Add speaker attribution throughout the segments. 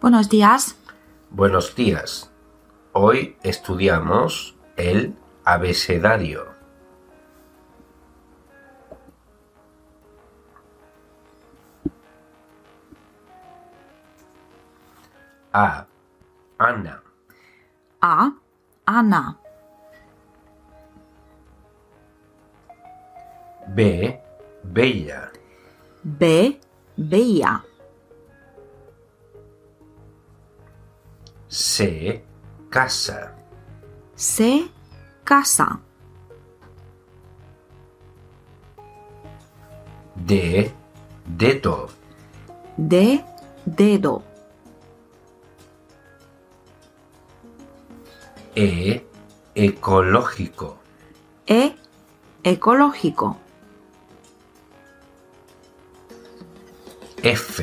Speaker 1: Buenos días.
Speaker 2: Buenos días. Hoy estudiamos el abecedario. A. Ana.
Speaker 1: A. Ana.
Speaker 2: B. Bella.
Speaker 1: B. Bella.
Speaker 2: C. Casa.
Speaker 1: C. Casa.
Speaker 2: D. Dedo.
Speaker 1: D. Dedo.
Speaker 2: E. Ecológico.
Speaker 1: E. Ecológico.
Speaker 2: F.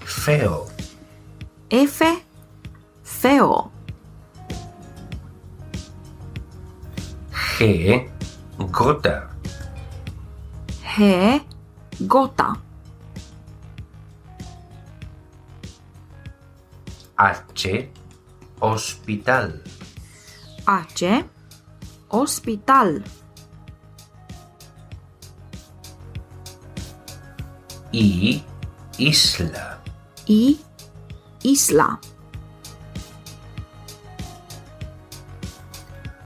Speaker 2: Feo.
Speaker 1: F. Feo.
Speaker 2: G. Gota.
Speaker 1: G. Gota.
Speaker 2: H. Hospital.
Speaker 1: H. Hospital.
Speaker 2: I. Isla.
Speaker 1: I. Isla.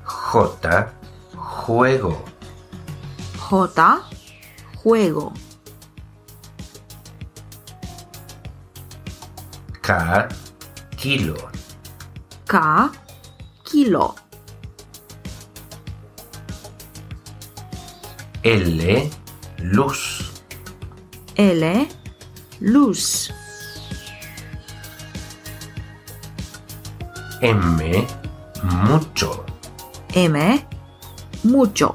Speaker 2: J. Juego.
Speaker 1: J. Juego.
Speaker 2: K. Kilo.
Speaker 1: K. Kilo.
Speaker 2: L. Luz.
Speaker 1: L. Luz.
Speaker 2: M. Mucho.
Speaker 1: M. Mucho.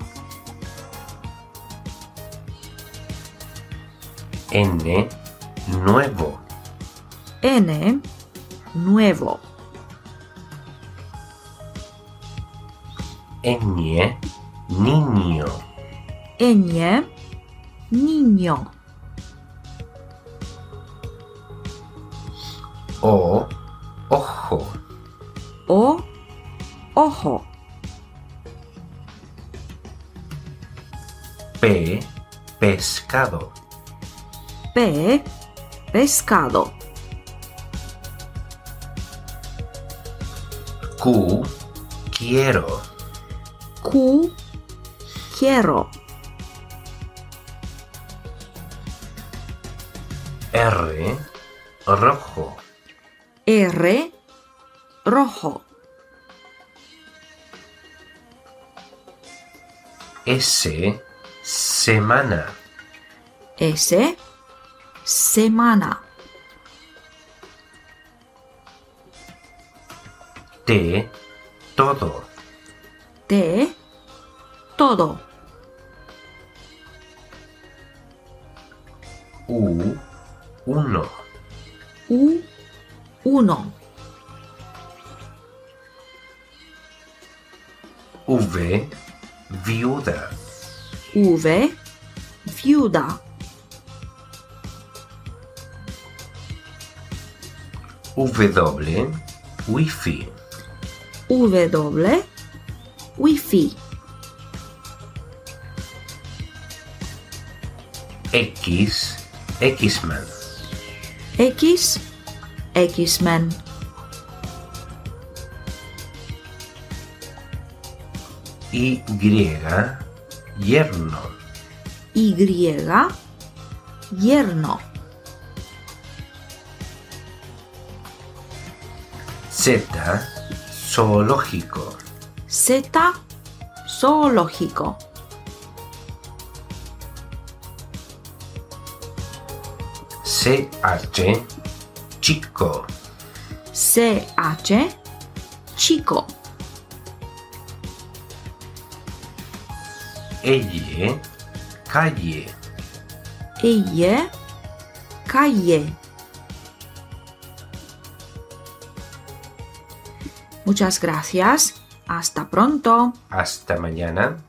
Speaker 2: N. Nuevo.
Speaker 1: N. Nuevo.
Speaker 2: Ñ. Niño.
Speaker 1: Ñ. Niño.
Speaker 2: O. Ojo.
Speaker 1: O. Ojo.
Speaker 2: P. Pescado.
Speaker 1: P. Pescado.
Speaker 2: Q. Quiero.
Speaker 1: Q. Quiero.
Speaker 2: R. Rojo.
Speaker 1: R. Rojo.
Speaker 2: S. Semana.
Speaker 1: S. Semana.
Speaker 2: T. Todo.
Speaker 1: T. Todo.
Speaker 2: U. Uno.
Speaker 1: U. Uno.
Speaker 2: V. Viuda.
Speaker 1: V. Viuda.
Speaker 2: W. Wifi.
Speaker 1: W. Wifi.
Speaker 2: X. X-Man.
Speaker 1: X. X-Men.
Speaker 2: Y. Yerno.
Speaker 1: Y. Yerno.
Speaker 2: Z. Zoológico.
Speaker 1: Z. Zoológico.
Speaker 2: CH. Chico.
Speaker 1: CH. Chico.
Speaker 2: L. Calle.
Speaker 1: Ella. E, Calle. Muchas gracias. Hasta pronto.
Speaker 2: Hasta mañana.